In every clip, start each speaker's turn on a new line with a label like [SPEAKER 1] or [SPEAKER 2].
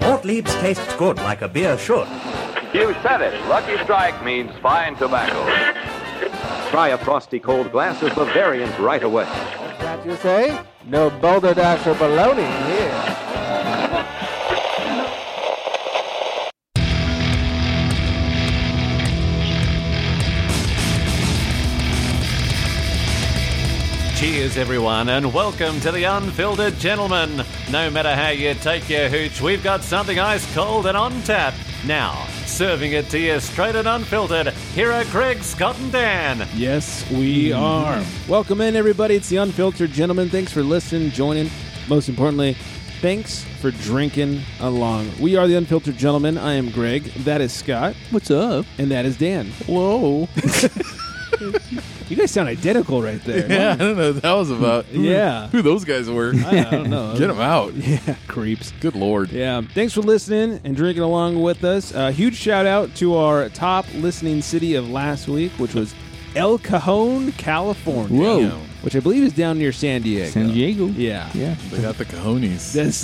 [SPEAKER 1] Gottlieb's tastes good like a beer should.
[SPEAKER 2] You said it. Lucky Strike means fine tobacco.
[SPEAKER 3] Try a frosty cold glass of Bavarian right away.
[SPEAKER 4] Can't you say? No balderdash or baloney here.
[SPEAKER 5] Cheers, everyone, and welcome to the Unfiltered Gentleman. No matter how you take your hooch, we've got something ice cold and on tap. Now, serving it to you straight and unfiltered, here are Craig, Scott, and Dan.
[SPEAKER 6] Yes, we are. Welcome in, everybody. It's the Unfiltered Gentleman. Thanks for listening, joining. Most importantly, thanks for drinking along. We are the Unfiltered Gentleman. I am Greg. That is Scott.
[SPEAKER 7] What's up?
[SPEAKER 6] And that is Dan.
[SPEAKER 7] Whoa.
[SPEAKER 6] You guys sound identical right there.
[SPEAKER 7] Yeah, I don't know what that was about. Who-
[SPEAKER 6] Yeah.
[SPEAKER 7] Who those guys were.
[SPEAKER 6] I don't know.
[SPEAKER 7] Get them out.
[SPEAKER 6] Yeah, creeps.
[SPEAKER 7] Good lord.
[SPEAKER 6] Yeah. Thanks for listening and drinking along with us. Uh, huge shout out to our top listening city of last week, which was El Cajon, California.
[SPEAKER 7] Whoa.
[SPEAKER 6] Damn. Which I believe is down near San Diego.
[SPEAKER 7] San Diego.
[SPEAKER 6] Yeah.
[SPEAKER 7] Yeah. They got the cojones.
[SPEAKER 6] That's,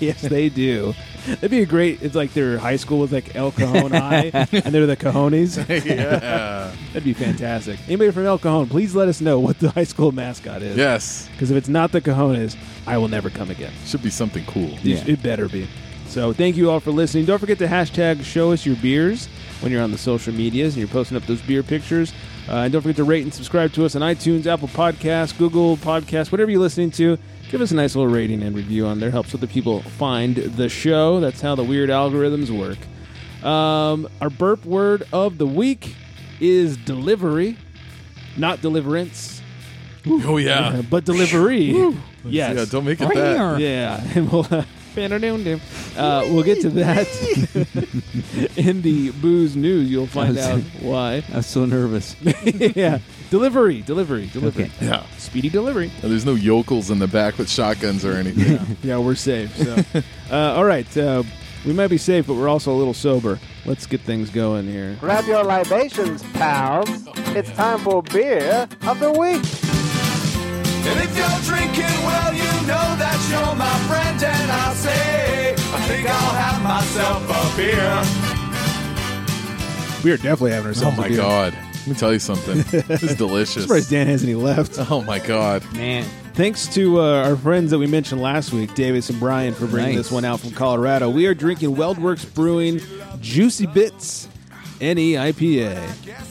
[SPEAKER 6] yes, they do. That'd be a great. It's like their high school was like El Cajon High, and they're the Cajones.
[SPEAKER 7] yeah.
[SPEAKER 6] That'd be fantastic. Anybody from El Cajon, please let us know what the high school mascot is.
[SPEAKER 7] yes.
[SPEAKER 6] Because if it's not the Cajones, I will never come again.
[SPEAKER 7] Should be something cool.
[SPEAKER 6] It- It better be. So thank you all for listening. Don't forget to hashtag show us your beers when you're on the social medias and you're posting up those beer pictures. Uh, and don't forget to rate and subscribe to us on iTunes, Apple Podcasts, Google Podcasts, whatever you're listening to. Give us a nice little rating and review on there. Helps other people find the show. That's how the weird algorithms work. Um, our burp word of the week is delivery, not deliverance,
[SPEAKER 7] Oh yeah.
[SPEAKER 6] but delivery. yes.
[SPEAKER 7] Yeah, don't make it that.
[SPEAKER 6] Yeah, and we'll uh, uh, we'll get to that in the booze news. You'll find out why.
[SPEAKER 8] I'm so nervous.
[SPEAKER 6] yeah, delivery, delivery, delivery,
[SPEAKER 7] Yeah.
[SPEAKER 6] speedy delivery.
[SPEAKER 7] And there's no yokels in the back with shotguns or anything.
[SPEAKER 6] Yeah, we're safe. So, uh, all right, uh, we might be safe, but we're also a little sober. Let's get things going here.
[SPEAKER 4] Grab your libations, pals. It's time for beer of the week.
[SPEAKER 2] And if you're drinking, well, you know that you're my friend, and I say, I think I'll have myself a beer.
[SPEAKER 6] We are definitely having
[SPEAKER 7] oh
[SPEAKER 6] ourselves.
[SPEAKER 7] my god. Let me tell you something. This is delicious.
[SPEAKER 6] Surprised Dan has any left.
[SPEAKER 7] Oh my god.
[SPEAKER 8] Man.
[SPEAKER 6] Thanks to uh, our friends that we mentioned last week, Davis and Brian, for bringing
[SPEAKER 8] Nice.
[SPEAKER 6] this one out from Colorado. We are drinking Weldworks Brewing Juicy Bits E NE IPA.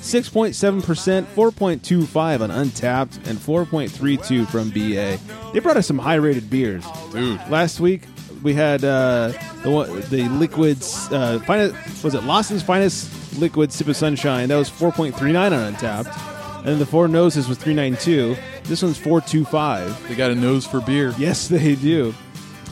[SPEAKER 6] 6.7%, 4.25 on Untapped, and 4.32 from BA. They brought us some high rated beers.
[SPEAKER 7] Dude.
[SPEAKER 6] Last week, we had uh, the, one- the liquids, uh, finest, was it Lawson's Finest Liquid Sip of Sunshine? That was 4.39 on Untapped. And then the Four Noses was 392. This one's 425.
[SPEAKER 7] They got a nose for beer.
[SPEAKER 6] Yes, they do.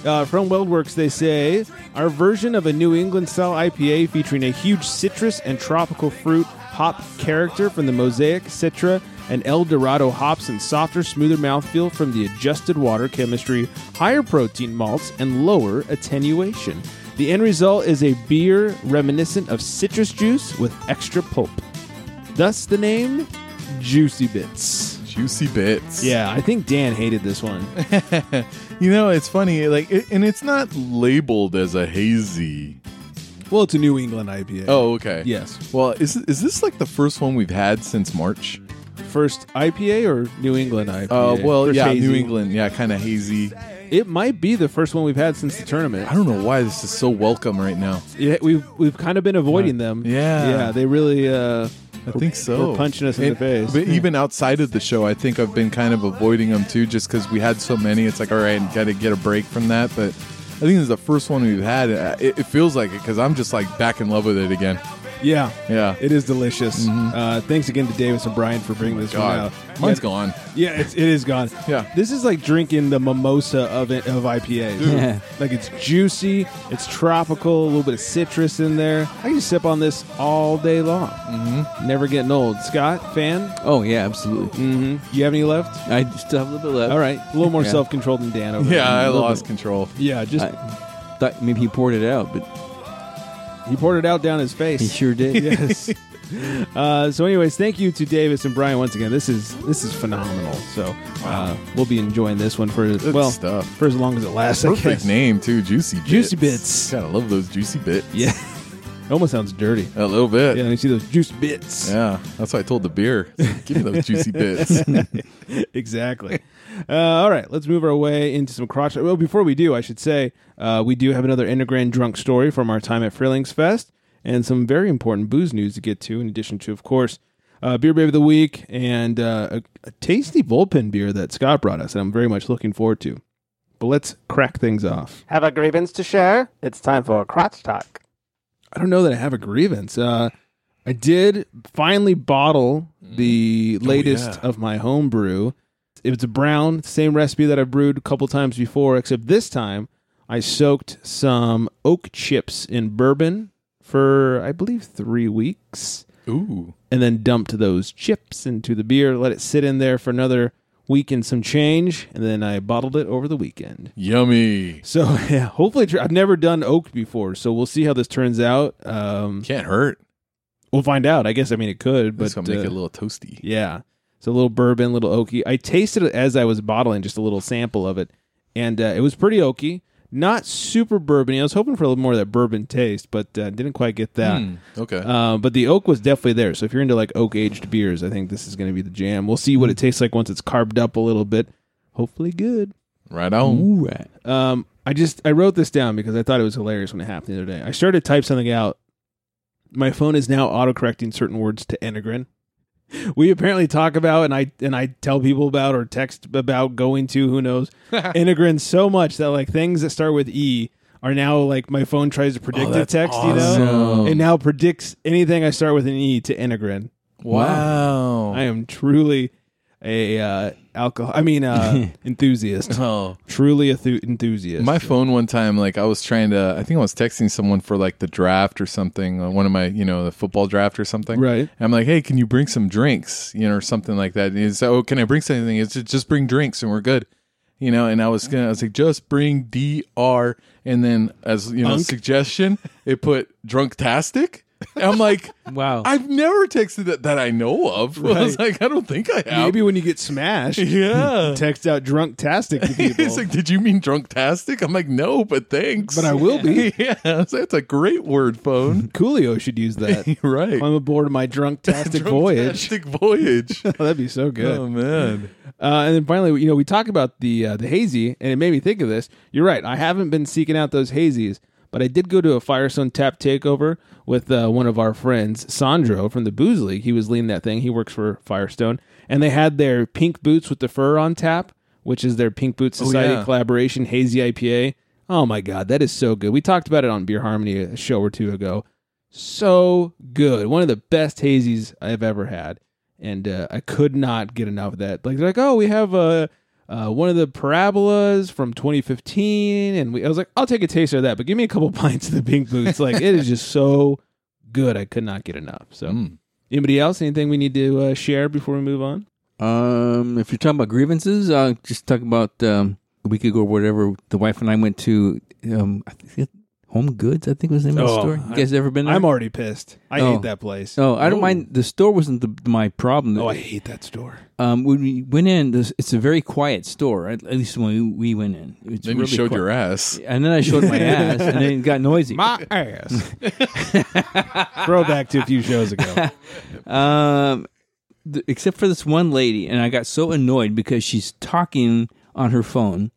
[SPEAKER 6] Uh, from Weldworks, they say our version of a New England style IPA featuring a huge citrus and tropical fruit hop character from the Mosaic, Citra, and El Dorado hops, and softer, smoother mouthfeel from the adjusted water chemistry, higher protein malts, and lower attenuation. The end result is a beer reminiscent of citrus juice with extra pulp. Thus, the name Juicy Bits.
[SPEAKER 7] Juicy bits.
[SPEAKER 6] Yeah, I think Dan hated this one.
[SPEAKER 7] You know, it's funny, like, it, and it's not labeled as a hazy.
[SPEAKER 6] Well, it's a New England IPA.
[SPEAKER 7] Oh, okay.
[SPEAKER 6] Yes.
[SPEAKER 7] Well, is is this like the first one we've had since March?
[SPEAKER 6] First IPA or New England IPA?
[SPEAKER 7] Uh, well,
[SPEAKER 6] First
[SPEAKER 7] yeah,
[SPEAKER 6] hazy.
[SPEAKER 7] New England, yeah, kind of hazy.
[SPEAKER 6] It might be the first one we've had since the tournament.
[SPEAKER 7] I don't know why this is so welcome right now.
[SPEAKER 6] Yeah, we've we've kind of been avoiding them.
[SPEAKER 7] Yeah.
[SPEAKER 6] yeah, they really. Uh,
[SPEAKER 7] I think so.
[SPEAKER 6] Or punching us in
[SPEAKER 7] And-
[SPEAKER 6] the face.
[SPEAKER 7] But even outside of the show, I think I've been kind of avoiding them too, just because we had so many. It's like, all right, got to get a break from that. But I think this is the first one we've had. Uh, It, it feels like it because I'm just like back in love with it again.
[SPEAKER 6] yeah,
[SPEAKER 7] Yeah.
[SPEAKER 6] it is delicious. Uh, thanks again to Davis and Brian for bringing this one
[SPEAKER 7] God,
[SPEAKER 6] out.
[SPEAKER 7] mine's
[SPEAKER 6] yeah,
[SPEAKER 7] gone.
[SPEAKER 6] Yeah, it's, it is gone.
[SPEAKER 7] Yeah.
[SPEAKER 6] this is like drinking the mimosa of it, of IPAs.
[SPEAKER 8] Yeah.
[SPEAKER 6] Like it's juicy, it's tropical, a little bit of citrus in there. I can sip on this all day long. Mm-hmm. Never getting old. Scott, fan,
[SPEAKER 8] Oh, yeah, absolutely.
[SPEAKER 6] you have any left?
[SPEAKER 8] I still have a little bit left.
[SPEAKER 6] Mm. All right, a little more
[SPEAKER 8] Yeah.
[SPEAKER 6] self-control than Dan over
[SPEAKER 7] Yeah, I
[SPEAKER 8] A little
[SPEAKER 7] lost
[SPEAKER 8] bit.
[SPEAKER 7] control.
[SPEAKER 6] there. Yeah, just
[SPEAKER 8] I thought maybe he poured it out, but
[SPEAKER 6] he poured it out down his face.
[SPEAKER 8] he sure did.
[SPEAKER 6] Yes. Uh, so, anyways, thank you to Davis and Brian once again. This is this is phenomenal. So uh, we'll be enjoying this one for
[SPEAKER 7] Good
[SPEAKER 6] well
[SPEAKER 7] stuff.
[SPEAKER 6] for as long as it lasts. I
[SPEAKER 7] Perfect
[SPEAKER 6] guess.
[SPEAKER 7] name too, Juicy Bits.
[SPEAKER 6] Juicy Bits.
[SPEAKER 7] Gotta love those Juicy Bits.
[SPEAKER 6] Yeah, it almost sounds dirty.
[SPEAKER 7] A little bit.
[SPEAKER 6] Yeah,
[SPEAKER 7] Yeah.
[SPEAKER 6] you see those juice bits.
[SPEAKER 7] that's why I told the beer. Give me those juicy bits.
[SPEAKER 6] exactly. Uh, all right, let's move our way into some crotch. Well, before we do, I should say uh, we do have another Enneagram drunk story from our time at Frillings Fest, and some very important booze news to get to. In addition to, of course, uh, beer baby of the week and uh, a, a tasty bullpen beer that Scott brought us, and I'm very much looking forward to. But let's crack things off.
[SPEAKER 4] Have a grievance to share? It's time for a crotch talk.
[SPEAKER 6] I don't know that I have a grievance. Uh, I did finally bottle the latest of my homebrew. It was a brown, same recipe that I brewed a couple times before, except this time I soaked some oak chips in bourbon for, I believe, three weeks
[SPEAKER 7] Ooh.
[SPEAKER 6] and then dumped those chips into the beer, let it sit in there for another week and some change, and then I bottled it over the weekend.
[SPEAKER 7] Yummy.
[SPEAKER 6] So yeah, hopefully tr- I've never done oak before, so we'll see how this turns out. Um,
[SPEAKER 7] Can't hurt.
[SPEAKER 6] we'll find out. I guess I mean it could, but
[SPEAKER 7] That's gonna make
[SPEAKER 6] uh,
[SPEAKER 7] it a little toasty.
[SPEAKER 6] yeah, it's a little bourbon, a little oaky. I tasted it as I was bottling, just a little sample of it, and uh, it was pretty oaky, not super bourbony. I was hoping for a little more of that bourbon taste, but uh, didn't quite get that.
[SPEAKER 7] Hmm, okay.
[SPEAKER 6] Uh, but the oak was definitely there. So if you're into like oak aged beers, I think this is going to be the jam. We'll see
[SPEAKER 7] Hmm.
[SPEAKER 6] what it tastes like once it's carved up a little bit. Hopefully, good.
[SPEAKER 7] right on.
[SPEAKER 8] Ooh, right.
[SPEAKER 6] Um, I just I wrote this down because I thought it was hilarious when it happened the other day. I started to type something out. My phone is now autocorrecting certain words to enneagram. We apparently talk about and I and I tell people about or text about going to who knows enneagram so much that like things that start with e are now like my phone tries to predict a text, you know,
[SPEAKER 7] Oh, awesome.
[SPEAKER 6] it now predicts anything I start with an e to enneagram.
[SPEAKER 7] Wow.
[SPEAKER 6] I am truly a uh, alcohol. I mean, uh, enthusiast.
[SPEAKER 7] Oh.
[SPEAKER 6] Truly a thu- enthusiast.
[SPEAKER 7] My phone one time, like I was trying to, I think I was texting someone for like the draft or something, uh, one of my, you know, the football draft or something.
[SPEAKER 6] Right.
[SPEAKER 7] And I'm like, hey, can you bring some drinks, you know, or something like that? And he's like, oh, can I bring something? It's just, just bring drinks and we're good, you know. And I was gonna, I was like, just bring dr, and then as you know,
[SPEAKER 6] Unk.
[SPEAKER 7] suggestion, it put drunktastic. And I'm like,
[SPEAKER 8] Wow.
[SPEAKER 7] I've never texted that that I know of. I was like, I don't think I have.
[SPEAKER 6] Maybe when you get smashed,
[SPEAKER 7] yeah.
[SPEAKER 6] text out drunk tastic to people.
[SPEAKER 7] He's like, did you mean drunktastic? I'm like, no, but thanks.
[SPEAKER 6] but I will be.
[SPEAKER 7] yeah, that's that's a great word, phone.
[SPEAKER 6] Coolio should use that.
[SPEAKER 7] You're right.
[SPEAKER 6] I'm aboard my drunk tastic
[SPEAKER 7] Drunk
[SPEAKER 6] voyage.
[SPEAKER 7] Tastic voyage.
[SPEAKER 6] Oh, that'd be so good.
[SPEAKER 7] oh man.
[SPEAKER 6] Uh, and then finally, you know, we talk about the uh, the hazy, and it made me think of this. You're right. I haven't been seeking out those hazies, but I did go to a Firestone Tap takeover with uh, one of our friends, Sandro from the Booze League. He was leading that thing. He works for Firestone, and they had their pink boots with the fur on tap, which is their Pink Boots Society
[SPEAKER 7] yeah.
[SPEAKER 6] collaboration hazy IPA. Oh my god, that is so good. We talked about it on Beer Harmony a show or two ago so good. One of the best hazies I've ever had, and uh, I could not get enough of that. Like they're like, oh, we have uh, uh, one of the parabolas from 2015, and we, I was like, I'll take a taster of that, but give me a couple pints of the pink boots. Like it is just so good. I could not get enough. So,
[SPEAKER 8] Hmm.
[SPEAKER 6] anybody else? Anything we need to uh, share before we move on?
[SPEAKER 8] Um, if you're talking about grievances, uh, just talk about um, a week ago or whatever. The wife and I went to um, I think it- Home Goods. I think was the name of
[SPEAKER 6] Oh,
[SPEAKER 8] the store. You guys ever been there?
[SPEAKER 6] I'm already pissed. I
[SPEAKER 8] Oh.
[SPEAKER 6] hate that place.
[SPEAKER 8] No, I don't mind. The store wasn't the, my problem.
[SPEAKER 6] Oh, I hate that store.
[SPEAKER 8] um, when we went in, this- it's a very quiet store. At at least when we, we went in, it's
[SPEAKER 7] Then you
[SPEAKER 8] really
[SPEAKER 7] showed
[SPEAKER 8] quiet.
[SPEAKER 7] your ass.
[SPEAKER 8] And then I showed my ass, and then it got noisy.
[SPEAKER 6] ass. Throwback to a few shows ago.
[SPEAKER 8] Um, th- except for this one lady, and I got so annoyed because she's talking on her phone,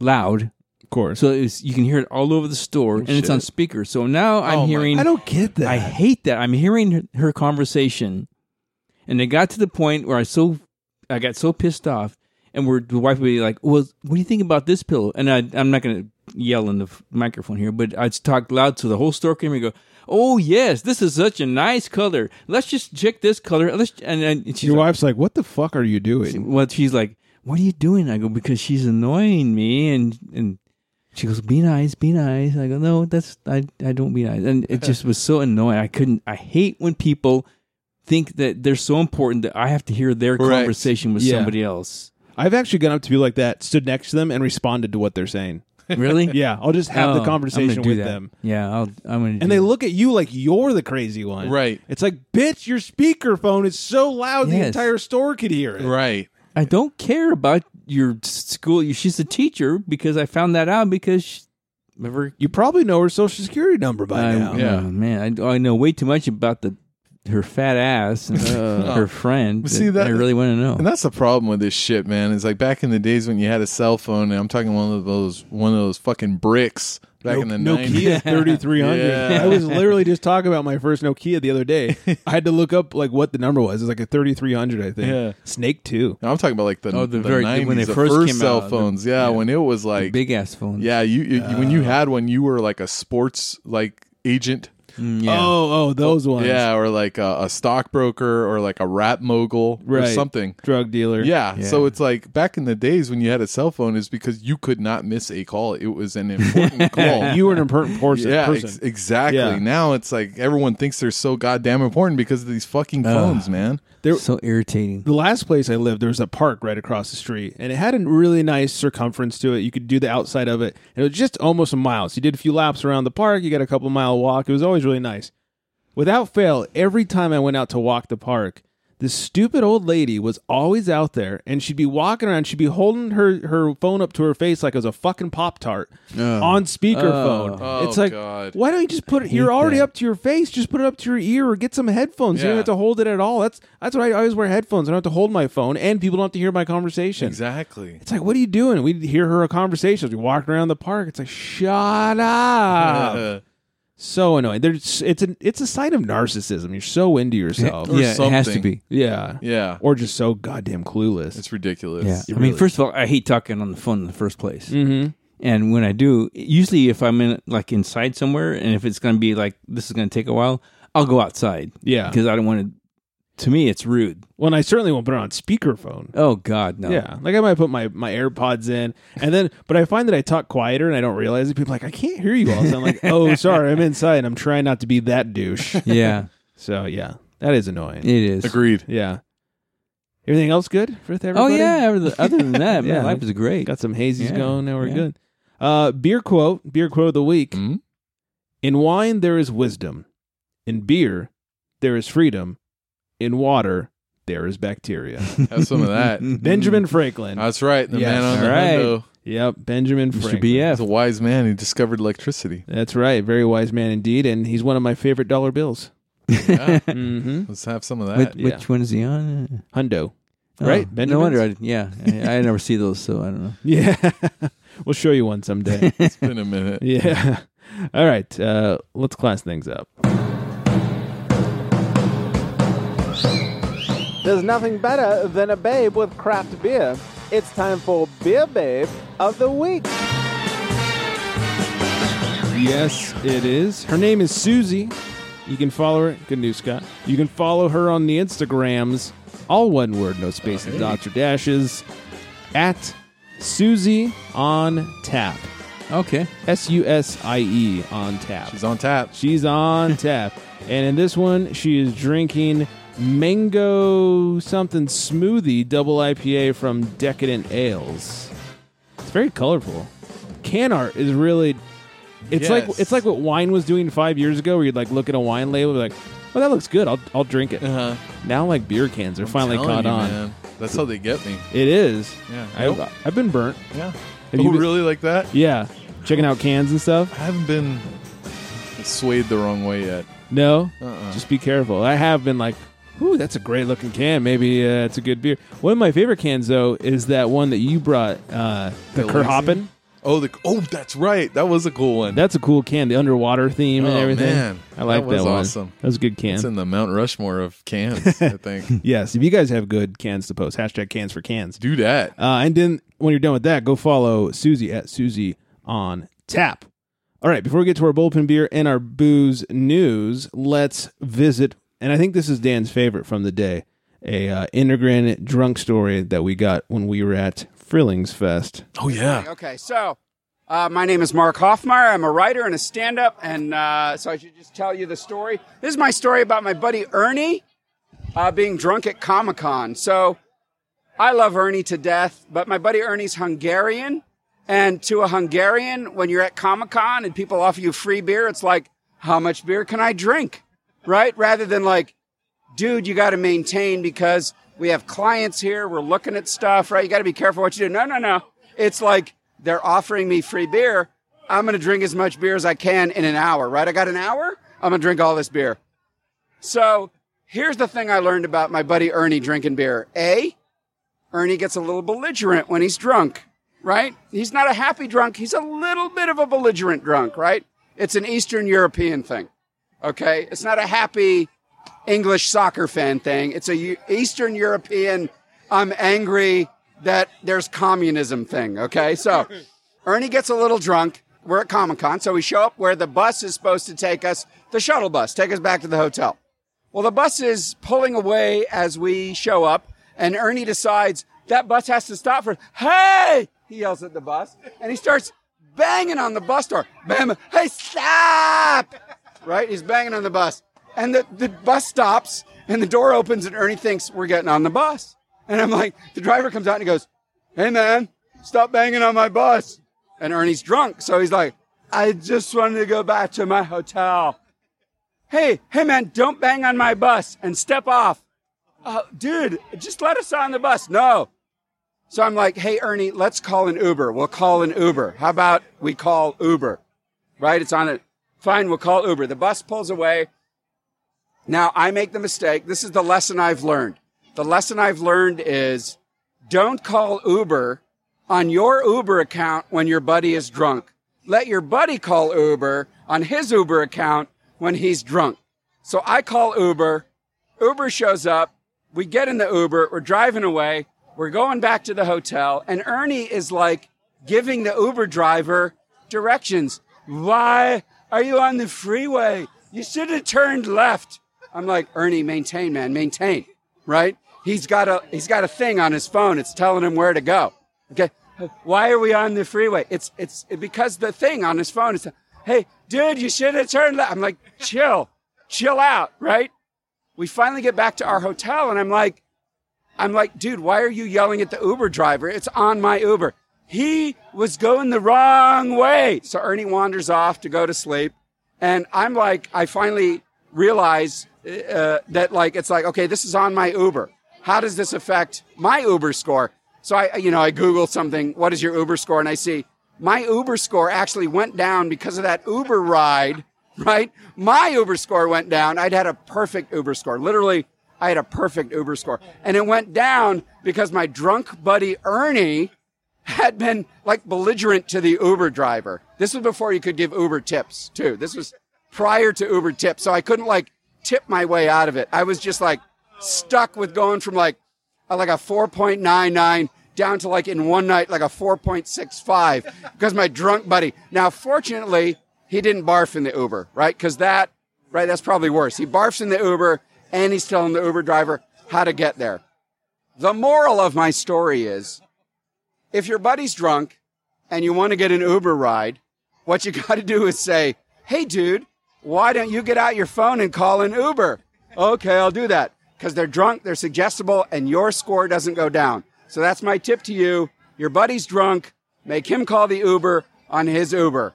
[SPEAKER 8] loud.
[SPEAKER 6] Of course.
[SPEAKER 8] So it's, you can hear it all over the store, and it's on speaker. So now I'm hearing.
[SPEAKER 6] Oh I don't get that.
[SPEAKER 8] I hate that. I'm hearing her, her conversation, and it got to the point where I so I got so pissed off, and where the wife would be like, "Well, what do you think about this pillow?" And I, I'm not going to yell in the f- microphone here, but I'd talk loud so the whole store came and go. Oh yes, this is such a nice color. Let's just check this color. Let's and, and she's
[SPEAKER 6] Your
[SPEAKER 8] like,
[SPEAKER 6] wife's like, "What the fuck are you doing?"
[SPEAKER 8] well, she's like, "What are you doing?" I go, "Because she's annoying me," and and she goes, "Be nice, be nice." I go, "No, that's I I don't be nice," and it just was so annoying. I couldn't. I hate when people think that they're so important that I have to hear their
[SPEAKER 7] Correct.
[SPEAKER 8] conversation with
[SPEAKER 6] Yeah.
[SPEAKER 8] somebody else.
[SPEAKER 6] I've actually gone up to people like that, stood next to them, and responded to what they're saying.
[SPEAKER 8] Really?
[SPEAKER 6] Yeah, I'll just have
[SPEAKER 8] Oh, I'm
[SPEAKER 6] the
[SPEAKER 8] gonna
[SPEAKER 6] conversation
[SPEAKER 8] do
[SPEAKER 6] with
[SPEAKER 8] that.
[SPEAKER 6] them.
[SPEAKER 8] Yeah, I'll, I'm gonna.
[SPEAKER 6] And they look at you like you're the crazy one.
[SPEAKER 7] Right.
[SPEAKER 6] It's like, bitch, your speakerphone is so loud the
[SPEAKER 8] Yes.
[SPEAKER 6] entire store could hear it.
[SPEAKER 7] Right.
[SPEAKER 8] I don't care about your school. She's a teacher because I found that out because she, remember.
[SPEAKER 6] You probably know her social security number by
[SPEAKER 8] I,
[SPEAKER 6] now.
[SPEAKER 7] Yeah.
[SPEAKER 8] oh, man, I, I know way too much about the her fat ass and her friend.
[SPEAKER 7] Oh. See, that-
[SPEAKER 8] I really want to know.
[SPEAKER 7] And that's the problem with this shit, man. It's like back in the days when you had a cell phone, and I'm talking one of those one of those fucking bricks back in the nineties.
[SPEAKER 6] Nokia 3300.
[SPEAKER 7] Yeah.
[SPEAKER 6] I was literally just talking about my first Nokia the other day. I had to look up like what the number was. It was like a 3300, I think.
[SPEAKER 7] Yeah.
[SPEAKER 6] Snake 2.
[SPEAKER 7] I'm talking about like the,
[SPEAKER 8] Oh,
[SPEAKER 7] the,
[SPEAKER 8] the very-
[SPEAKER 7] 90s,
[SPEAKER 8] when they
[SPEAKER 7] the
[SPEAKER 8] first
[SPEAKER 7] first
[SPEAKER 8] came
[SPEAKER 7] cell
[SPEAKER 8] out, the-
[SPEAKER 7] phones. yeah, when it was like
[SPEAKER 8] Big Ah. ass phone.
[SPEAKER 7] yeah, you, you when you had one, you were like a sports like agent.
[SPEAKER 8] Mm, yeah.
[SPEAKER 6] Oh, oh, those ones.
[SPEAKER 7] Yeah, or like a, a stockbroker or like a rap mogul or
[SPEAKER 6] Right.
[SPEAKER 7] something.
[SPEAKER 6] Drug dealer.
[SPEAKER 7] Yeah, so it's like back in the days when you had a cell phone is because you could not miss a call. It was an important call.
[SPEAKER 6] You were an important person.
[SPEAKER 7] yeah,
[SPEAKER 6] person.
[SPEAKER 7] ex- exactly.
[SPEAKER 6] Yeah.
[SPEAKER 7] Now it's like everyone thinks they're so goddamn important because of these fucking phones, man.
[SPEAKER 8] so irritating.
[SPEAKER 6] the last place I lived, there was a park right across the street, and it had a really nice circumference to it. You could do the outside of it, and it was just almost a mile. So you did a few laps around the park, you got a couple mile walk. It was always really nice. Without fail, every time I went out to walk the park, this stupid old lady was always out there, and she'd be walking around. She'd be holding her, her phone up to her face like it was a fucking pop tart on speakerphone.
[SPEAKER 7] Oh.
[SPEAKER 6] it's
[SPEAKER 7] Oh,
[SPEAKER 6] like,
[SPEAKER 7] God.
[SPEAKER 6] why don't you just put it? You're already up to your face. Just put it up to your ear, or get some headphones. You
[SPEAKER 7] Yeah.
[SPEAKER 6] don't have to hold it at all. That's that's why I always wear headphones. I don't have to hold my phone, and people don't have to hear my conversation.
[SPEAKER 7] Exactly.
[SPEAKER 6] It's like, what are you doing? We'd hear her a conversation. We walked around the park. It's like, shut
[SPEAKER 7] Uh,
[SPEAKER 6] up. so annoying. There's it's an it's a sign of narcissism. You're so into yourself.
[SPEAKER 7] or
[SPEAKER 8] yeah, it has to
[SPEAKER 7] Oh, something.
[SPEAKER 8] be.
[SPEAKER 6] Yeah.
[SPEAKER 7] yeah,
[SPEAKER 6] Or just so goddamn clueless.
[SPEAKER 7] it's ridiculous.
[SPEAKER 8] Yeah. I mean, first of all, I hate talking on the phone in the first place. Mm-hmm. And when I do, usually if I'm in like inside somewhere, and if it's going to be like this is going to take a while, I'll go outside.
[SPEAKER 6] Yeah.
[SPEAKER 8] because I don't want to. To me, it's rude.
[SPEAKER 6] Well, and I certainly won't put it on speakerphone.
[SPEAKER 8] Oh God, no.
[SPEAKER 6] Yeah, like I might put my my AirPods in, and then but I find that I talk quieter and I don't realize it. People are like I can't hear you all. So I'm like, oh, sorry, I'm inside. and I'm trying not to be that douche.
[SPEAKER 8] yeah,
[SPEAKER 6] So yeah, that is annoying.
[SPEAKER 8] it is.
[SPEAKER 7] agreed.
[SPEAKER 6] Yeah. Everything else good for everybody?
[SPEAKER 8] Oh yeah. Other than- Other than that,
[SPEAKER 6] Yeah.
[SPEAKER 8] man, life is great.
[SPEAKER 6] got some hazies
[SPEAKER 8] Yeah,
[SPEAKER 6] going. Now we're
[SPEAKER 8] yeah.
[SPEAKER 6] good. Uh, beer quote. Beer quote of the week.
[SPEAKER 7] Mm?
[SPEAKER 6] In wine there is wisdom. In beer there is freedom. In water there is bacteria.
[SPEAKER 7] Have some of that.
[SPEAKER 6] Benjamin Franklin.
[SPEAKER 8] Uh,
[SPEAKER 7] That's right. The
[SPEAKER 6] Yes.
[SPEAKER 7] man on
[SPEAKER 8] All
[SPEAKER 7] the
[SPEAKER 8] right.
[SPEAKER 7] window.
[SPEAKER 6] yep, Benjamin
[SPEAKER 8] Mr.
[SPEAKER 6] Franklin.
[SPEAKER 7] He's a
[SPEAKER 8] BF.
[SPEAKER 7] wise man who discovered electricity.
[SPEAKER 6] That's right. Very wise man indeed. And he's one of my favorite dollar bills.
[SPEAKER 7] Yeah.
[SPEAKER 6] Mm-hmm.
[SPEAKER 7] Let's have some of
[SPEAKER 8] Which,
[SPEAKER 7] that.
[SPEAKER 6] yeah.
[SPEAKER 8] which one is he on?
[SPEAKER 6] Hundo.
[SPEAKER 8] Oh,
[SPEAKER 6] Right,
[SPEAKER 8] No
[SPEAKER 6] Benjamins?
[SPEAKER 8] wonder. I, yeah, I, I never see those, so I don't know.
[SPEAKER 6] Yeah. we'll show you one someday.
[SPEAKER 7] It's been a minute.
[SPEAKER 6] yeah. All right. Uh, let's class things up.
[SPEAKER 4] There's nothing better than a babe with craft beer. It's time for Beer Babe of the Week.
[SPEAKER 6] Yes, it is. Her name is Susie. You can follow her. Good news, Scott. You can follow her on the Instagrams. All one word, no spaces, dots, or dashes. At Susie on tap.
[SPEAKER 8] Okay.
[SPEAKER 6] S U S I E on tap.
[SPEAKER 7] She's on tap.
[SPEAKER 6] She's on tap. And in this one, she is drinking mango something smoothie double IPA from Decadent Ales. It's very colorful. Can art is really it's
[SPEAKER 7] Yes.
[SPEAKER 6] like it's like what wine was doing 5 years ago where you'd like look at a wine label and be like, "Well, that looks good. I'll I'll drink it."
[SPEAKER 7] Uh-huh.
[SPEAKER 6] Now like beer cans are finally
[SPEAKER 7] Telling
[SPEAKER 6] caught
[SPEAKER 7] you,
[SPEAKER 6] on.
[SPEAKER 7] man. That's how they get me.
[SPEAKER 6] It is.
[SPEAKER 7] Yeah. Nope.
[SPEAKER 6] I I've been burnt.
[SPEAKER 7] Yeah.
[SPEAKER 6] Have
[SPEAKER 7] oh,
[SPEAKER 6] you been-
[SPEAKER 7] really like that?
[SPEAKER 6] Yeah. Checking out cans and stuff?
[SPEAKER 7] I haven't been swayed the wrong way yet.
[SPEAKER 6] No,
[SPEAKER 7] Uh-uh.
[SPEAKER 6] just be careful. I have been like, "Ooh, that's a great looking can. Maybe uh, it's a good beer." One of my favorite cans though is that one that you brought, uh, the
[SPEAKER 7] The
[SPEAKER 6] Kerhoppen.
[SPEAKER 7] Oh, the oh, that's right. That was a cool one.
[SPEAKER 6] That's a cool can. The underwater theme and
[SPEAKER 7] Oh,
[SPEAKER 6] everything.
[SPEAKER 7] man.
[SPEAKER 6] I like
[SPEAKER 7] That
[SPEAKER 6] that,
[SPEAKER 7] was
[SPEAKER 6] one.
[SPEAKER 7] awesome.
[SPEAKER 6] That was a good can.
[SPEAKER 7] it's in the Mount Rushmore of cans. I think.
[SPEAKER 6] yes, if you guys have good cans to post, hashtag cans for cans.
[SPEAKER 7] Do that.
[SPEAKER 6] Uh, and then when you're done with that, go follow Susie at Susie on tap. All right, before we get to our bullpen beer and our booze news, let's visit. And I think this is Dan's favorite from the day a uh, immigrant drunk story that we got when we were at Frillings Fest.
[SPEAKER 7] Oh yeah.
[SPEAKER 9] Okay, so uh, my name is Mark Hoffmeyer. I'm a writer and a stand up, and uh, so I should just tell you the story. This is my story about my buddy Ernie uh, being drunk at Comic Con. So I love Ernie to death, but my buddy Ernie's Hungarian, And to a Hungarian, when you're at Comic Con and people offer you free beer, it's like, how much beer can I drink? Right? Rather than like, dude, you got to maintain because we have clients here. We're looking at stuff, right? You got to be careful what you do. No, no, no. It's like they're offering me free beer. I'm going to drink as much beer as I can in an hour, right? I got an hour. I'm going to drink all this beer. So here's the thing I learned about my buddy Ernie drinking beer. A, Ernie gets a little belligerent when he's drunk, right? He's not a happy drunk. He's a little bit of a belligerent drunk, right? It's an Eastern European thing. Okay. It's not a happy English soccer fan thing. It's a Eu- Eastern European, I'm angry that there's communism thing. Okay. So Ernie gets a little drunk. We're at Comic Con. So we show up where the bus is supposed to take us, the shuttle bus, take us back to the hotel. Well, the bus is pulling away as we show up, and Ernie decides that bus has to stop for. Hey! He yells at the bus, and he starts banging on the bus door. Bam! Hey, stop! Right? He's banging on the bus. And the, the bus stops, and the door opens, and Ernie thinks, We're getting on the bus. And I'm like, The driver comes out and he goes, Hey, man, stop banging on my bus. And Ernie's drunk, so he's like, I just wanted to go back to my hotel hey, hey man, don't bang on my bus and step off. Uh, dude, just let us on the bus. No. So I'm like, hey, Ernie, let's call an Uber. We'll call an Uber. How about we call Uber? Right? It's on it. Fine, we'll call Uber. The bus pulls away. Now I make the mistake. This is the lesson I've learned. The lesson I've learned is don't call Uber on your Uber account when your buddy is drunk. Let your buddy call Uber on his Uber account when he's drunk. So I call Uber. Uber shows up. We get in the Uber. We're driving away. We're going back to the hotel. And Ernie is like giving the Uber driver directions. Why are you on the freeway? You should have turned left. I'm like, Ernie, maintain, man, maintain. Right? He's got a, he's got a thing on his phone. It's telling him where to go. Okay. Why are we on the freeway? It's, it's because the thing on his phone is, hey, dude, you should have turned left. I'm like, chill, chill out. Right? we finally get back to our hotel and I'm like, I'm like, dude, why are you yelling at the Uber driver? It's on my Uber. He was going the wrong way. So Ernie wanders off to go to sleep. And I'm like, I finally realize uh, that like, it's like, okay, this is on my Uber. How does this affect my Uber score? So I, you know, I Google something. What is your Uber score? And I see my Uber score actually went down because of that Uber ride right? My Uber score went down. I'd had a perfect Uber score. Literally, I had a perfect Uber score. And it went down because my drunk buddy Ernie had been like belligerent to the Uber driver. This was before you could give Uber tips, too. This was prior to Uber tips. So I couldn't like tip my way out of it. I was just like stuck with going from like, uh, like a 4.99 down to like in one night, like a 4.65 because my drunk buddy. Now, fortunately, he didn't barf in the Uber, right? Because that, right, that's probably worse. He barfs in the Uber and he's telling the Uber driver how to get there. The moral of my story is if your buddy's drunk and you want to get an Uber ride, what you got to do is say, Hey, dude, why don't you get out your phone and call an Uber? Okay, I'll do that. Because they're drunk, they're suggestible, and your score doesn't go down. So that's my tip to you. Your buddy's drunk, make him call the Uber on his Uber.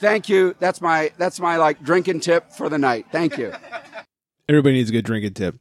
[SPEAKER 9] Thank you. That's my that's my like drinking tip for the night. Thank you.
[SPEAKER 6] Everybody needs a good drinking tip.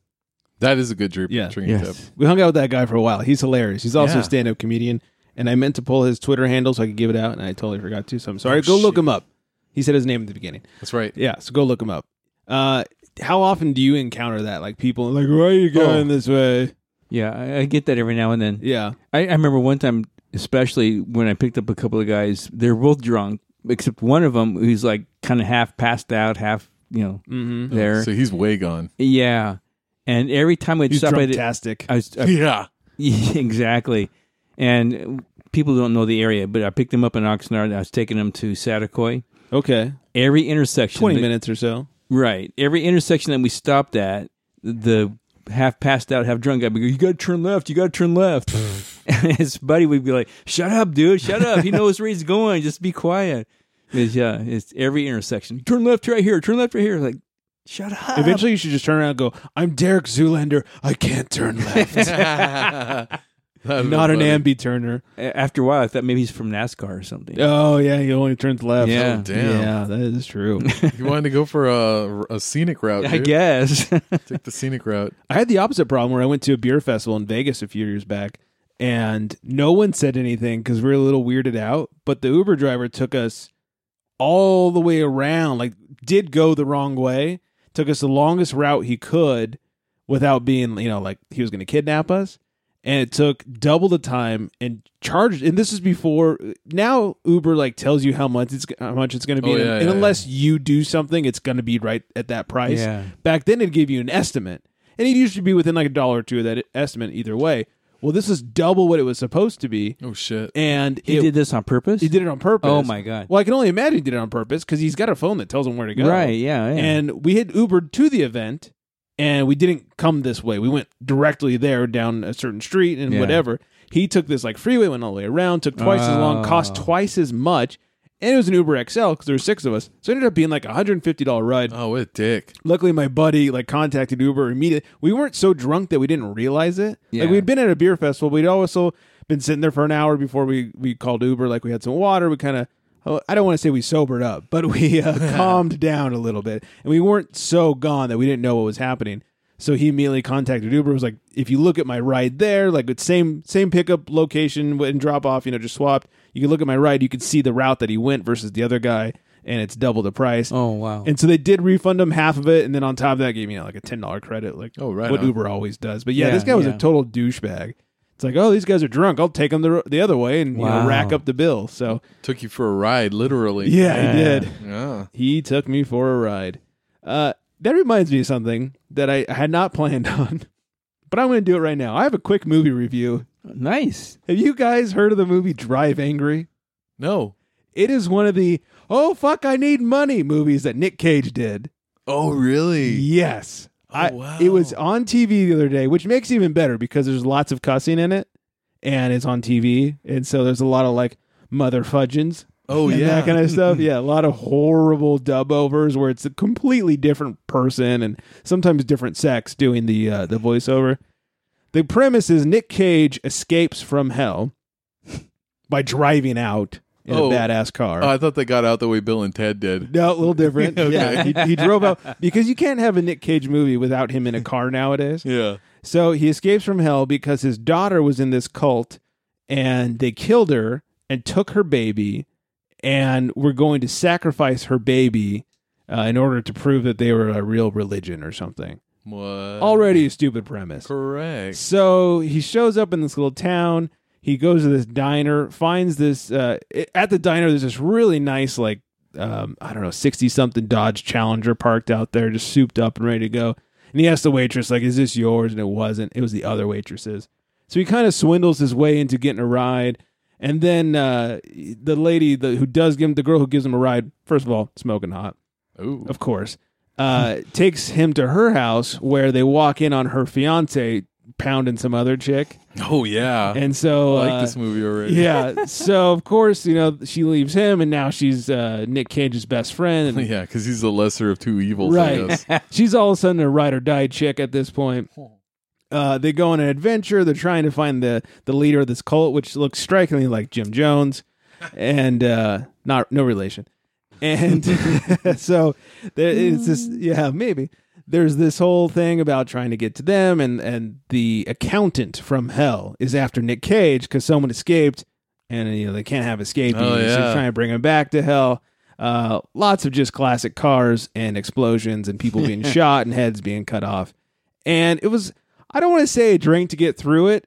[SPEAKER 7] That is a good drink,
[SPEAKER 6] Yeah.
[SPEAKER 7] drinking tip.
[SPEAKER 8] Yes.
[SPEAKER 6] We hung out with that guy for a while. He's hilarious. He's also
[SPEAKER 7] Yeah.
[SPEAKER 6] a stand up comedian. And I meant to pull his Twitter handle so I could give it out, and I totally forgot to. So I'm sorry. go look him up. He said his name at the beginning.
[SPEAKER 7] That's right.
[SPEAKER 6] Yeah, so go look him up. Uh, how often do you encounter that? Like people like, why are you
[SPEAKER 8] Oh.
[SPEAKER 6] going this way?
[SPEAKER 8] Yeah, I, I get that every now and then.
[SPEAKER 6] Yeah,
[SPEAKER 8] I, I remember one time, especially when I picked up a couple of guys. They're both drunk, except one of them who's like kind of half passed out, half you know
[SPEAKER 6] Mm-hmm.
[SPEAKER 8] there.
[SPEAKER 7] So he's way gone.
[SPEAKER 8] yeah, and every time we'd
[SPEAKER 6] Oh, he's
[SPEAKER 8] stop at it,
[SPEAKER 6] drunk-tastic.
[SPEAKER 8] I was I,
[SPEAKER 7] Yeah.
[SPEAKER 8] exactly, and people don't know the area, but I picked them up in Oxnard. and I was taking them to Satakoy.
[SPEAKER 6] Okay,
[SPEAKER 8] Every intersection,
[SPEAKER 6] twenty
[SPEAKER 8] that-
[SPEAKER 6] minutes or so.
[SPEAKER 8] Right. Every intersection that we stopped at, the half passed out, half drunk guy would go, You gotta turn left, you gotta turn left. and his buddy would be like, Shut up, dude, shut up. He knows where he's going, just be quiet. It's, yeah, it's every intersection. Turn left right here, turn left right here. Like, shut up.
[SPEAKER 6] Eventually, you should just turn around and go, "I'm Derek Zoolander. I can't turn left."
[SPEAKER 7] That'd
[SPEAKER 6] Not an
[SPEAKER 7] be funny.
[SPEAKER 6] ambi turner.
[SPEAKER 8] A- After a while, I thought maybe he's from NASCAR or something.
[SPEAKER 6] Oh yeah, he only turns left.
[SPEAKER 8] Yeah.
[SPEAKER 7] Oh, damn.
[SPEAKER 6] yeah, that is true.
[SPEAKER 7] You wanted to go for a, a scenic route.
[SPEAKER 8] I
[SPEAKER 7] dude.
[SPEAKER 8] guess.
[SPEAKER 7] Take the scenic route.
[SPEAKER 6] I had the opposite problem where I went to a beer festival in Vegas a few years back, and no one said anything because we were a little weirded out. But the Uber driver took us all the way around, like did go the wrong way, took us the longest route he could without being, you know, like he was going to kidnap us. And it took double the time and charged. And this is before now Uber like tells you how much it's how much it's going to be,
[SPEAKER 7] Oh,
[SPEAKER 6] and,
[SPEAKER 7] yeah,
[SPEAKER 6] and
[SPEAKER 7] yeah,
[SPEAKER 6] unless you do something, it's going to be right at that price.
[SPEAKER 8] Yeah.
[SPEAKER 6] Back then, it'd give you an estimate, and it'd usually be within like a dollar or two of that estimate either way. Well, this is double what it was supposed to be,
[SPEAKER 7] Oh shit.
[SPEAKER 6] and
[SPEAKER 8] he
[SPEAKER 6] it,
[SPEAKER 8] did this on purpose?
[SPEAKER 6] he did it on purpose.
[SPEAKER 8] Oh, my God.
[SPEAKER 6] Well, I can only imagine he did it on purpose because he's got a phone that tells him where to go.
[SPEAKER 8] Right, yeah, yeah.
[SPEAKER 6] And we had Ubered to the event, and we didn't come this way. We went directly there down a certain street and
[SPEAKER 8] Yeah.
[SPEAKER 6] whatever. He took this like freeway, went all the way around, took twice as long, cost
[SPEAKER 8] Oh.
[SPEAKER 6] twice as much, and it was an Uber XL because there were six of us. So it ended up being like a hundred and fifty dollar ride.
[SPEAKER 7] Oh, what a dick.
[SPEAKER 6] Luckily, my buddy like contacted Uber immediately. We weren't so drunk that we didn't realize it.
[SPEAKER 8] Yeah.
[SPEAKER 6] Like we'd been at a beer festival, we'd also been sitting there for an hour before we we called Uber. Like we had some water. We kind of I don't want to say we sobered up, but we uh, calmed down a little bit, and we weren't so gone that we didn't know what was happening. So he immediately contacted Uber. Was like, if you look at my ride there, like it's same same pickup location and drop off, you know, just swapped. You can look at my ride. You can see the route that he went versus the other guy, and it's double the price.
[SPEAKER 8] Oh, wow.
[SPEAKER 6] And so they did refund him half of it, and then on top of that, gave me you know, like a ten dollar credit, like
[SPEAKER 7] Oh, right
[SPEAKER 6] what
[SPEAKER 7] on.
[SPEAKER 6] Uber always does. But yeah,
[SPEAKER 8] Yeah,
[SPEAKER 6] this guy was
[SPEAKER 8] yeah.
[SPEAKER 6] a total douchebag. It's like, oh, these guys are drunk. I'll take them the, the other way and you
[SPEAKER 8] Wow.
[SPEAKER 6] know, rack up the bill. So
[SPEAKER 7] Took you for a ride, literally.
[SPEAKER 6] yeah, he did.
[SPEAKER 7] Yeah.
[SPEAKER 6] He took me for a ride. Uh, that reminds me of something that I had not planned on, but I'm going to do it right now. I have a quick movie review.
[SPEAKER 8] nice.
[SPEAKER 6] Have you guys heard of the movie Drive Angry?
[SPEAKER 7] No.
[SPEAKER 6] It is one of the oh fuck I need money movies that Nick Cage did.
[SPEAKER 7] Oh, really?
[SPEAKER 6] Yes. I,
[SPEAKER 7] Oh, wow.
[SPEAKER 6] It was on TV the other day, which makes it even better because there's lots of cussing in it and it's on TV. And so there's a lot of like mother fudgins.
[SPEAKER 7] Oh,
[SPEAKER 6] and
[SPEAKER 7] yeah.
[SPEAKER 6] That kind of stuff. yeah. A lot of horrible dub overs where it's a completely different person and sometimes different sex doing the, uh, the voiceover. The premise is Nick Cage escapes from hell by driving out in
[SPEAKER 7] Oh.
[SPEAKER 6] a badass car.
[SPEAKER 7] Oh, I thought they got out the way Bill and Ted did.
[SPEAKER 6] No, a little different.
[SPEAKER 7] Okay.
[SPEAKER 6] Yeah, he, he drove out because you can't have a Nick Cage movie without him in a car nowadays.
[SPEAKER 7] Yeah.
[SPEAKER 6] So he escapes from hell because his daughter was in this cult and they killed her and took her baby and were going to sacrifice her baby uh, in order to prove that they were a real religion or something.
[SPEAKER 7] What?
[SPEAKER 6] Already a stupid premise.
[SPEAKER 7] Correct.
[SPEAKER 6] So he shows up in this little town. He goes to this diner, finds this uh, i- at the diner. There's this really nice, like um, I don't know, sixty something Dodge Challenger parked out there, just souped up and ready to go. And he asks the waitress, like, "Is this yours?" And it wasn't. It was the other waitress's. So he kind of swindles his way into getting a ride. And then uh, the lady the, who does give him the girl who gives him a ride, first of all, smoking hot
[SPEAKER 7] Ooh.
[SPEAKER 6] of course, uh, takes him to her house where they walk in on her fiance pounding some other chick.
[SPEAKER 7] Oh, yeah.
[SPEAKER 6] And so,
[SPEAKER 7] I like
[SPEAKER 6] uh,
[SPEAKER 7] this movie already.
[SPEAKER 6] yeah. So, of course, you know, she leaves him and now she's uh, Nick Cage's best friend. And
[SPEAKER 7] Yeah, because he's the lesser of two evils, I
[SPEAKER 6] Right.
[SPEAKER 7] guess.
[SPEAKER 6] she's all of a sudden a ride or die chick at this point. Uh, they go on an adventure. They're trying to find the, the leader of this cult, which looks strikingly like Jim Jones and uh, not no relation. And so there it's this
[SPEAKER 7] Mm.
[SPEAKER 6] yeah, maybe. There's this whole thing about trying to get to them and and the accountant from hell is after Nick Cage cuz someone escaped and you know they can't have escaping.
[SPEAKER 7] Oh,
[SPEAKER 6] So
[SPEAKER 7] yeah.
[SPEAKER 6] they're trying to bring him back to hell. Uh, lots of just classic cars and explosions and people being shot and heads being cut off. And it was I don't want to say a drink to get through it,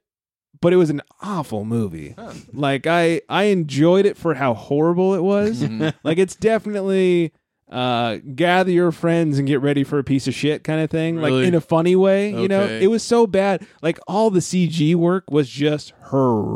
[SPEAKER 6] but it was an awful movie. Like I I enjoyed it for how horrible it was.
[SPEAKER 7] Mm-hmm.
[SPEAKER 6] like it's definitely uh gather your friends and get ready for a piece of shit kind of thing.
[SPEAKER 7] Really?
[SPEAKER 6] Like in a funny way, you know.
[SPEAKER 7] Okay.
[SPEAKER 6] It was so bad. Like all the CG work was just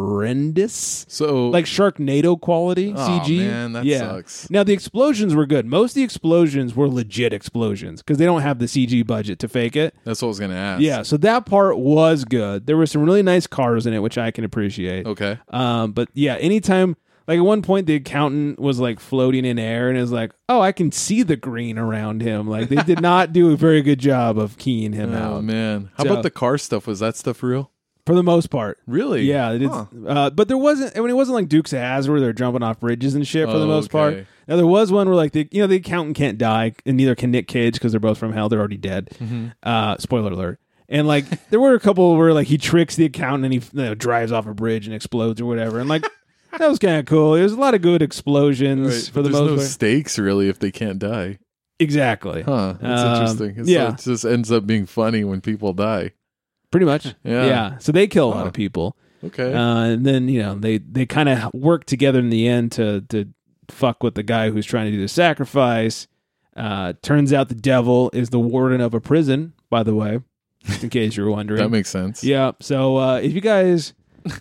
[SPEAKER 6] horrendous.
[SPEAKER 7] So,
[SPEAKER 6] Like Sharknado quality
[SPEAKER 7] Aw,
[SPEAKER 6] CG.
[SPEAKER 7] man, that
[SPEAKER 6] yeah.
[SPEAKER 7] sucks.
[SPEAKER 6] Now the explosions were good. Most of the explosions were legit explosions because they don't have the CG budget to fake it.
[SPEAKER 7] that's what I was going to ask.
[SPEAKER 6] Yeah, so that part was good. There were some really nice cars in it, which I can appreciate.
[SPEAKER 7] Okay.
[SPEAKER 6] Um, but yeah, anytime, like at one point, the accountant was like floating in air and is like, "Oh, I can see the green around him." Like they did not do a very good job of keying him
[SPEAKER 7] Oh,
[SPEAKER 6] out.
[SPEAKER 7] man. How
[SPEAKER 6] So-
[SPEAKER 7] about the car stuff? Was that stuff real?
[SPEAKER 6] for the most part.
[SPEAKER 7] Really?
[SPEAKER 6] Yeah, it is.
[SPEAKER 7] Huh.
[SPEAKER 6] Uh, but there wasn't. I mean, it wasn't like Dukes of Hazzard where they're jumping off bridges and shit for the most part.
[SPEAKER 7] Okay.
[SPEAKER 6] Now there was one where like the you know the accountant can't die and neither can Nick Cage because they're both from hell. They're already dead.
[SPEAKER 7] Mm-hmm.
[SPEAKER 6] Uh, spoiler alert. And like there were a couple where like he tricks the accountant and he you know, drives off a bridge and explodes or whatever. And like that was kind of cool. There was a lot of good explosions
[SPEAKER 7] Right,
[SPEAKER 6] for
[SPEAKER 7] but
[SPEAKER 6] the
[SPEAKER 7] there's
[SPEAKER 6] most
[SPEAKER 7] no
[SPEAKER 6] part.
[SPEAKER 7] stakes really if they can't die.
[SPEAKER 6] exactly.
[SPEAKER 7] Huh. That's
[SPEAKER 6] Um,
[SPEAKER 7] interesting. It's-
[SPEAKER 6] yeah.
[SPEAKER 7] It just ends up being funny when people die.
[SPEAKER 6] Pretty much.
[SPEAKER 7] Yeah.
[SPEAKER 6] So they kill a lot
[SPEAKER 7] Huh.
[SPEAKER 6] of people.
[SPEAKER 7] Okay.
[SPEAKER 6] Uh, and then you know they they kind of work together in the end to to fuck with the guy who's trying to do the sacrifice. Uh, turns out the devil is the warden of a prison, by the way, just in case you were wondering.
[SPEAKER 7] that makes sense.
[SPEAKER 6] yeah. So uh, if you guys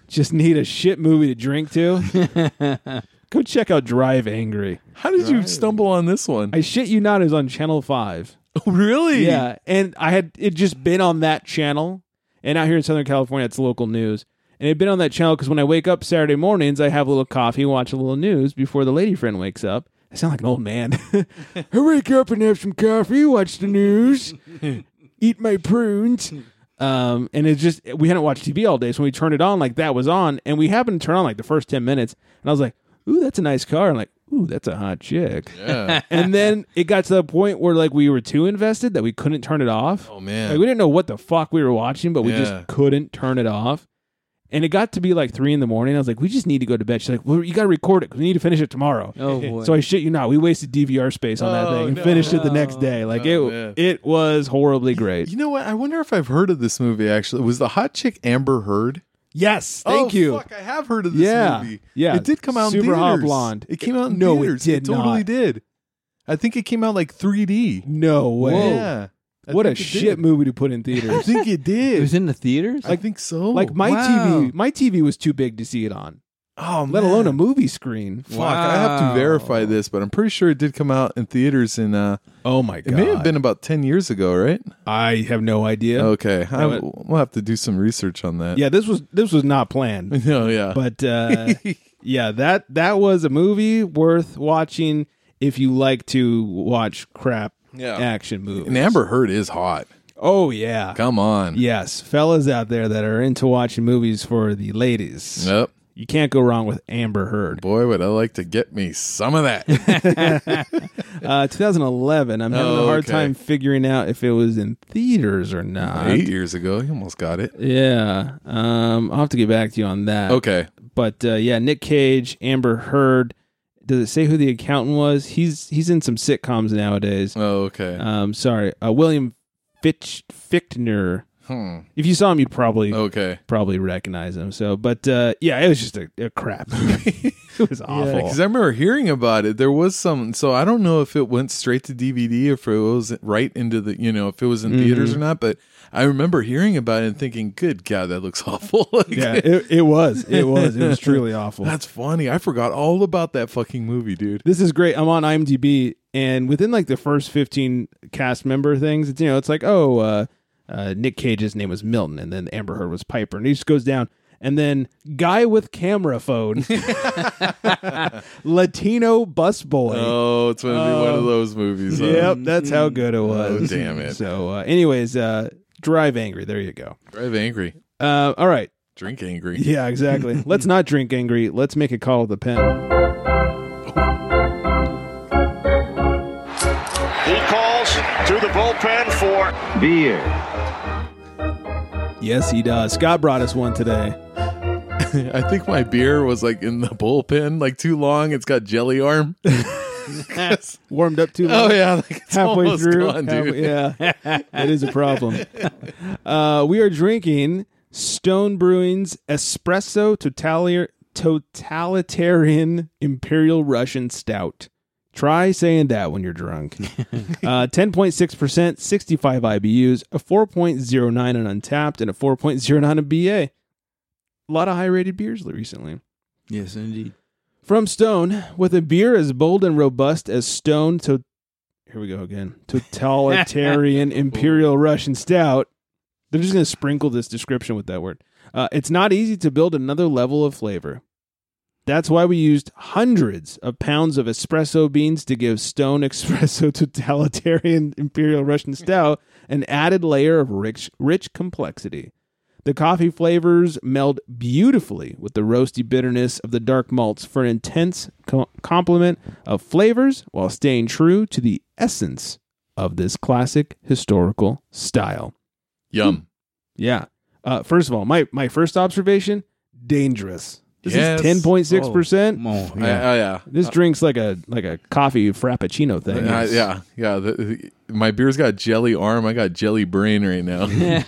[SPEAKER 6] just need a shit movie to drink to, go check out Drive Angry.
[SPEAKER 7] How did you stumble on this one?
[SPEAKER 6] I shit you not, it was on Channel Five.
[SPEAKER 7] really?
[SPEAKER 6] Yeah, and I had it just been on that channel, and out here in Southern California, it's local news, and it'd been on that channel because when I wake up Saturday mornings, I have a little coffee, watch a little news before the lady friend wakes up. I sound like an old man. I wake up and have some coffee, watch the news, eat my prunes. Um, and it's just we hadn't watched TV all day, so when we turned it on, like that was on, and we happened to turn on like the first ten minutes, and I was like, "Ooh, that's a nice car," and like, "Ooh, that's a hot chick."
[SPEAKER 7] Yeah.
[SPEAKER 6] and then it got to the point where like we were too invested that we couldn't turn it off.
[SPEAKER 7] Oh man.
[SPEAKER 6] Like we didn't know what the fuck we were watching, but we
[SPEAKER 7] Yeah.
[SPEAKER 6] just couldn't turn it off. And it got to be like three in the morning. I was like, "We just need to go to bed." She's like, "Well, you got to record it 'cause we need to finish it tomorrow."
[SPEAKER 8] Oh, boy.
[SPEAKER 6] So I shit you not, we wasted DVR space on that
[SPEAKER 7] Oh,
[SPEAKER 6] thing and
[SPEAKER 7] no.
[SPEAKER 6] finished it the next day. Like
[SPEAKER 7] Oh,
[SPEAKER 6] it,
[SPEAKER 7] man.
[SPEAKER 6] it was horribly great.
[SPEAKER 7] You know what? I wonder if I've heard of this movie actually. Was the hot chick Amber Heard?
[SPEAKER 6] Yes, thank
[SPEAKER 7] Oh,
[SPEAKER 6] you.
[SPEAKER 7] Fuck, I have heard of this
[SPEAKER 6] Yeah,
[SPEAKER 7] movie.
[SPEAKER 6] yeah.
[SPEAKER 7] It did come out in
[SPEAKER 6] Super
[SPEAKER 7] theaters.
[SPEAKER 6] Hot Blonde.
[SPEAKER 7] It came out in
[SPEAKER 6] No, it
[SPEAKER 7] theaters.
[SPEAKER 6] did
[SPEAKER 7] totally
[SPEAKER 6] not.
[SPEAKER 7] did. I think it came out like 3D.
[SPEAKER 6] No way.
[SPEAKER 7] Yeah. I
[SPEAKER 6] What a
[SPEAKER 7] think it
[SPEAKER 6] shit
[SPEAKER 7] did.
[SPEAKER 6] movie to put in
[SPEAKER 7] I
[SPEAKER 6] theaters.
[SPEAKER 7] think it
[SPEAKER 8] It
[SPEAKER 7] did.
[SPEAKER 8] was in the theaters.
[SPEAKER 7] I think so.
[SPEAKER 6] like my
[SPEAKER 8] Wow.
[SPEAKER 6] TV, my TV was too big to see it on,
[SPEAKER 7] oh,
[SPEAKER 6] let
[SPEAKER 7] man.
[SPEAKER 6] alone a movie screen.
[SPEAKER 7] Fuck, I have to
[SPEAKER 8] Wow.
[SPEAKER 7] verify this, but I'm pretty sure it did come out in theaters in uh
[SPEAKER 6] Oh my
[SPEAKER 7] it
[SPEAKER 6] god!
[SPEAKER 7] may have been about 10 years ago, right?
[SPEAKER 6] I have no idea.
[SPEAKER 7] Okay. I,
[SPEAKER 6] but-
[SPEAKER 7] we'll have to do some research on that.
[SPEAKER 6] Yeah, this was this was not planned,
[SPEAKER 7] No, yeah.
[SPEAKER 6] but uh, yeah, that that was a movie worth watching if you like to watch crap
[SPEAKER 7] Yeah.
[SPEAKER 6] action movies.
[SPEAKER 7] and Amber Heard is hot.
[SPEAKER 6] oh yeah,
[SPEAKER 7] Come on.
[SPEAKER 6] yes, fellas out there that are into watching movies for the ladies,
[SPEAKER 7] Yep.
[SPEAKER 6] you can't go wrong with Amber Heard.
[SPEAKER 7] Boy, would I like to get me some of that.
[SPEAKER 6] Uh, 2011. I'm having a
[SPEAKER 7] Oh,
[SPEAKER 6] hard
[SPEAKER 7] okay.
[SPEAKER 6] time figuring out if it was in theaters or not.
[SPEAKER 7] Eight years ago, he almost got it.
[SPEAKER 6] Yeah, um, I'll have to get back to you on that.
[SPEAKER 7] Okay.
[SPEAKER 6] but uh, yeah, Nick Cage, Amber Heard. Does it say who the accountant was? He's he's in some sitcoms nowadays.
[SPEAKER 7] Oh, okay.
[SPEAKER 6] Um, sorry, uh, William Fitch Fichtner.
[SPEAKER 7] hmm. Oh.
[SPEAKER 6] If you saw him, you probably
[SPEAKER 7] Okay.
[SPEAKER 6] probably recognize him. So, but uh, yeah, it was just a, a crap movie. it was awful.
[SPEAKER 7] Because I remember hearing about it. There was some. So I don't know if it went straight to DVD, if it was right into the, you know, if it was in
[SPEAKER 6] Mm-hmm.
[SPEAKER 7] theaters or not. But I remember hearing about it and thinking, "Good God, that looks awful." Like,
[SPEAKER 6] yeah, it, it was. It was. It was truly awful.
[SPEAKER 7] that's funny. I forgot all about that fucking movie, dude.
[SPEAKER 6] this is great. I'm on IMDb, and within like the first 15 cast member things, it's you know, it's like, oh, uh, uh, Nick Cage's name was Milton, and then Amber Heard was Piper, and he just goes down, and then guy with camera phone, Latino busboy.
[SPEAKER 7] Oh, it's going to be one of those movies. huh?
[SPEAKER 6] Uh, yep, that's how good it was.
[SPEAKER 7] Oh, damn it.
[SPEAKER 6] So, uh, anyways, uh, drive angry. There you go.
[SPEAKER 7] Drive angry,
[SPEAKER 6] Uh, all right.
[SPEAKER 7] drink angry.
[SPEAKER 6] Yeah, exactly. Let's not drink angry. Let's make a call with the pen.
[SPEAKER 2] He calls to the bullpen for
[SPEAKER 3] beer,
[SPEAKER 6] Yes, he does. Scott brought us one today.
[SPEAKER 7] I think my beer was like in the bullpen, like too long. It's got jelly arm.
[SPEAKER 6] Warmed up too
[SPEAKER 7] Oh
[SPEAKER 6] much.
[SPEAKER 7] yeah, like it's
[SPEAKER 6] halfway
[SPEAKER 7] almost
[SPEAKER 6] through.
[SPEAKER 7] gone, dude.
[SPEAKER 6] halfway- yeah, it is a problem. Uh, we are drinking Stone Brewing's Espresso Totalier, Totalitarian Imperial Russian Stout. Try saying that when you're drunk. Uh, 10.6%, 65 IBUs, a 4.09 on Untapped, and a 4.09 on BA. A lot of high rated beers recently.
[SPEAKER 8] yes, indeed.
[SPEAKER 6] From Stone, with a beer as bold and robust as Stone to here we go again. Totalitarian Imperial Russian Stout. They're just going to sprinkle this description with that word. Uh, it's not easy to build another level of flavor. That's why we used hundreds of pounds of espresso beans to give Stone Espresso Totalitarian Imperial Russian Stout an added layer of rich, rich complexity. The coffee flavors meld beautifully with the roasty bitterness of the dark malts for an intense co- complement of flavors while staying true to the essence of this classic historical style.
[SPEAKER 7] Yum.
[SPEAKER 6] Yeah. Uh, first of all, my, my first observation dangerous. This
[SPEAKER 7] Yes.
[SPEAKER 6] is 10.6%.
[SPEAKER 8] Oh,
[SPEAKER 7] I- I- yeah.
[SPEAKER 6] This drink's like a like a coffee frappuccino thing.
[SPEAKER 7] Uh, yeah, yeah. the- the- my beer's got jelly arm. I got jelly brain right now.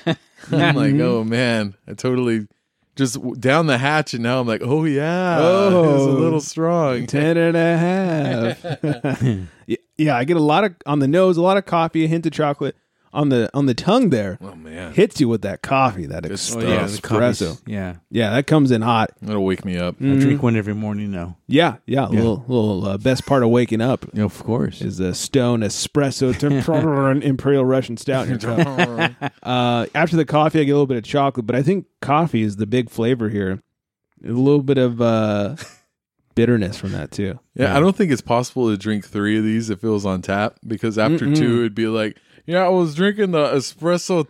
[SPEAKER 7] I'm like, oh man, I totally just w- down the hatch, and now I'm like, oh yeah, it's a
[SPEAKER 6] Oh.
[SPEAKER 7] little strong.
[SPEAKER 6] Ten and a half. Y- yeah, I get a lot of on the nose, a lot of coffee, a hint of chocolate on the on the tongue there.
[SPEAKER 7] Oh man,
[SPEAKER 6] Hits you with that coffee, that ex-
[SPEAKER 7] stuff.
[SPEAKER 8] yeah, the coffee's-
[SPEAKER 6] espresso.
[SPEAKER 8] Yeah,
[SPEAKER 6] Yeah, that comes in hot.
[SPEAKER 7] That'll wake me up.
[SPEAKER 8] I drink one every morning now.
[SPEAKER 6] Yeah, yeah. Little little uh, best part of waking up
[SPEAKER 8] Of course.
[SPEAKER 6] is a stone espresso temp- imperial Russian stout in your cup. Uh, after the coffee, I get a little bit of chocolate, but I think coffee is the big flavor here. A little bit of uh, bitterness from that too.
[SPEAKER 7] Yeah, I don't think it's possible to drink three of these if it was on tap because after two, it'd be like, yeah, I was drinking the espresso.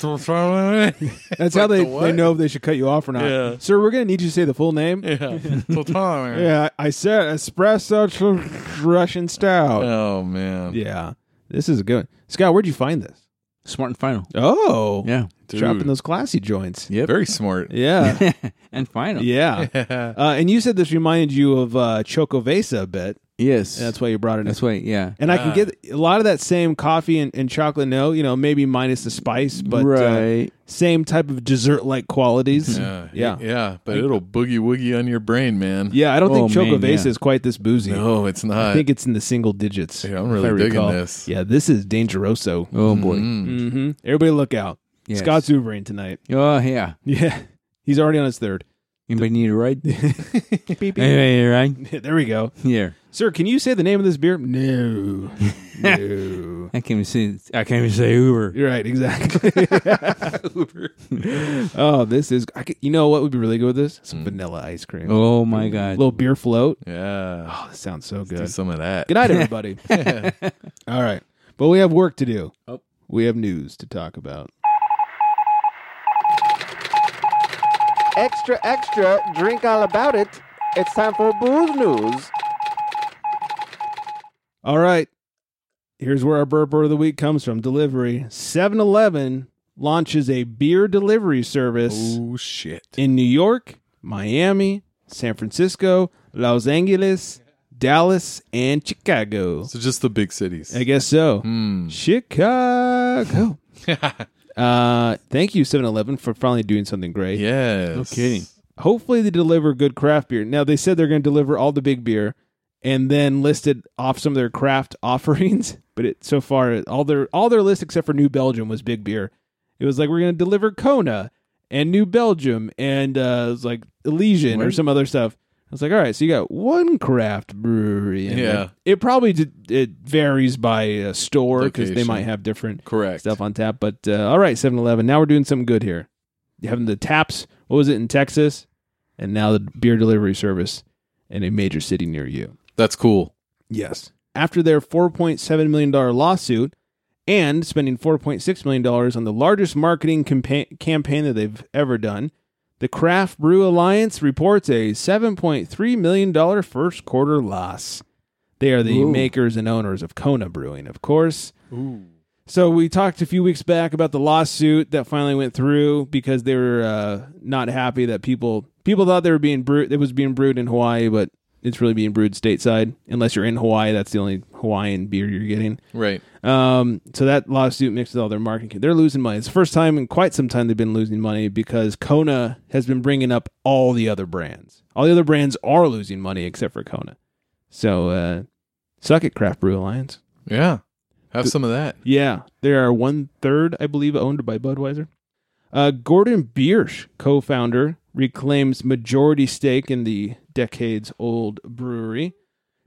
[SPEAKER 6] That's how
[SPEAKER 7] Like
[SPEAKER 6] they,
[SPEAKER 7] the what?
[SPEAKER 6] they know if they should cut you off or not.
[SPEAKER 7] Yeah.
[SPEAKER 6] Sir, we're going to need you to say the full name. Yeah,
[SPEAKER 7] yeah.
[SPEAKER 6] I said espresso tr- Russian stout.
[SPEAKER 7] Oh man,
[SPEAKER 6] yeah. This is a good one. Scott, where'd you find this?
[SPEAKER 8] Smart and final.
[SPEAKER 6] Oh.
[SPEAKER 8] Yeah.
[SPEAKER 6] Dropping
[SPEAKER 7] Dude.
[SPEAKER 6] those classy joints.
[SPEAKER 8] Yep.
[SPEAKER 7] very smart.
[SPEAKER 6] Yeah.
[SPEAKER 8] and final.
[SPEAKER 6] yeah. Uh, and you said this reminded you of uh, Chocovesa a bit.
[SPEAKER 8] Yes.
[SPEAKER 6] That's why you brought it
[SPEAKER 8] That's
[SPEAKER 6] in.
[SPEAKER 8] why. Yeah.
[SPEAKER 6] And I can get a lot of that same coffee and, and chocolate no, you know, maybe minus the spice, but uh,
[SPEAKER 8] right.
[SPEAKER 6] same type of dessert like qualities.
[SPEAKER 7] Yeah,
[SPEAKER 6] Yeah.
[SPEAKER 7] yeah, but it'll boogie woogie on your brain, man.
[SPEAKER 6] Yeah, I don't
[SPEAKER 8] Oh,
[SPEAKER 6] think
[SPEAKER 8] man,
[SPEAKER 6] Chocovesa
[SPEAKER 8] yeah.
[SPEAKER 6] is quite this boozy.
[SPEAKER 7] No, it's not.
[SPEAKER 6] I think it's in the single digits.
[SPEAKER 7] Yeah, I'm
[SPEAKER 6] if
[SPEAKER 7] really
[SPEAKER 6] I
[SPEAKER 7] digging
[SPEAKER 6] recall.
[SPEAKER 7] this. Mm.
[SPEAKER 6] Yeah, this is dangeroso.
[SPEAKER 8] oh boy.
[SPEAKER 6] hmm Everybody, look out!
[SPEAKER 8] Yes.
[SPEAKER 6] Scott's Ubering tonight.
[SPEAKER 8] Oh yeah.
[SPEAKER 6] Yeah, he's already on his third.
[SPEAKER 8] Anybody need a ride? Anybody need a ride?
[SPEAKER 6] there we go,
[SPEAKER 8] Yeah.
[SPEAKER 6] sir. Can you say the name of this beer? No, no.
[SPEAKER 8] I can't even see. I can't even say Uber.
[SPEAKER 6] You're right, exactly. oh, this is. I could, you know what would be really good with this? Some vanilla ice cream,
[SPEAKER 8] Oh my God.
[SPEAKER 6] little beer float.
[SPEAKER 7] yeah,
[SPEAKER 6] Oh, this sounds so
[SPEAKER 7] do
[SPEAKER 6] good.
[SPEAKER 7] some of that.
[SPEAKER 6] Good night, everybody. All right, but we have work to do. We have news to talk about.
[SPEAKER 4] Extra, extra, drink all about it. It's time for booze news.
[SPEAKER 6] All right. Here's where our burp of the week comes from delivery. 7 Eleven launches a beer delivery service
[SPEAKER 7] Oh shit!
[SPEAKER 6] in New York, Miami, San Francisco, Los Angeles, Dallas, and Chicago.
[SPEAKER 7] So just the big cities.
[SPEAKER 6] I guess so. Chicago. uh, thank you, 7 Eleven, for finally doing something great.
[SPEAKER 7] Yes.
[SPEAKER 8] No kidding.
[SPEAKER 6] Hopefully, they deliver good craft beer. Now, they said they're going to deliver all the big beer and then listed off some of their craft offerings. But it, so far, all their all their list except for New Belgium was big beer. It was like, we're going to deliver Kona and New Belgium and uh, it was like Elysian or some other stuff. I was like, all right, so you got one craft brewery. in there.
[SPEAKER 7] Yeah.
[SPEAKER 6] It probably did, it varies by uh, store because they
[SPEAKER 7] Location.
[SPEAKER 6] might have different
[SPEAKER 7] Correct.
[SPEAKER 6] stuff on tap. But uh, all right, 7 Eleven. Now we're doing something good here. You having the taps, what was it in Texas? And now the beer delivery service in a major city near you.
[SPEAKER 7] That's cool.
[SPEAKER 6] Yes. After their $4.7 million lawsuit and spending $4.6 million on the largest marketing campa- campaign that they've ever done, the Craft Brew Alliance reports a $7.3 million first quarter loss. They are the
[SPEAKER 8] Ooh.
[SPEAKER 6] makers and owners of Kona Brewing, of course. So we talked a few weeks back about the lawsuit that finally went through because they were uh, not happy that people people thought they were being brewed it was being brewed in Hawaii, but it's really being brewed stateside. Unless you're in Hawaii, that's the only Hawaiian beer you're getting.
[SPEAKER 7] Right.
[SPEAKER 6] Um, so that lawsuit mixed with all their marketing, they're losing money. It's the first time in quite some time they've been losing money because Kona has been bringing up all the other brands. All the other brands are losing money except for Kona. So uh, suck it, Craft Brew Alliance.
[SPEAKER 7] Yeah. Have some of that.
[SPEAKER 6] Yeah, they are one third, I believe, owned by Budweiser. Uh, Gordon Biersch, co founder, reclaims majority stake in the decades old brewery.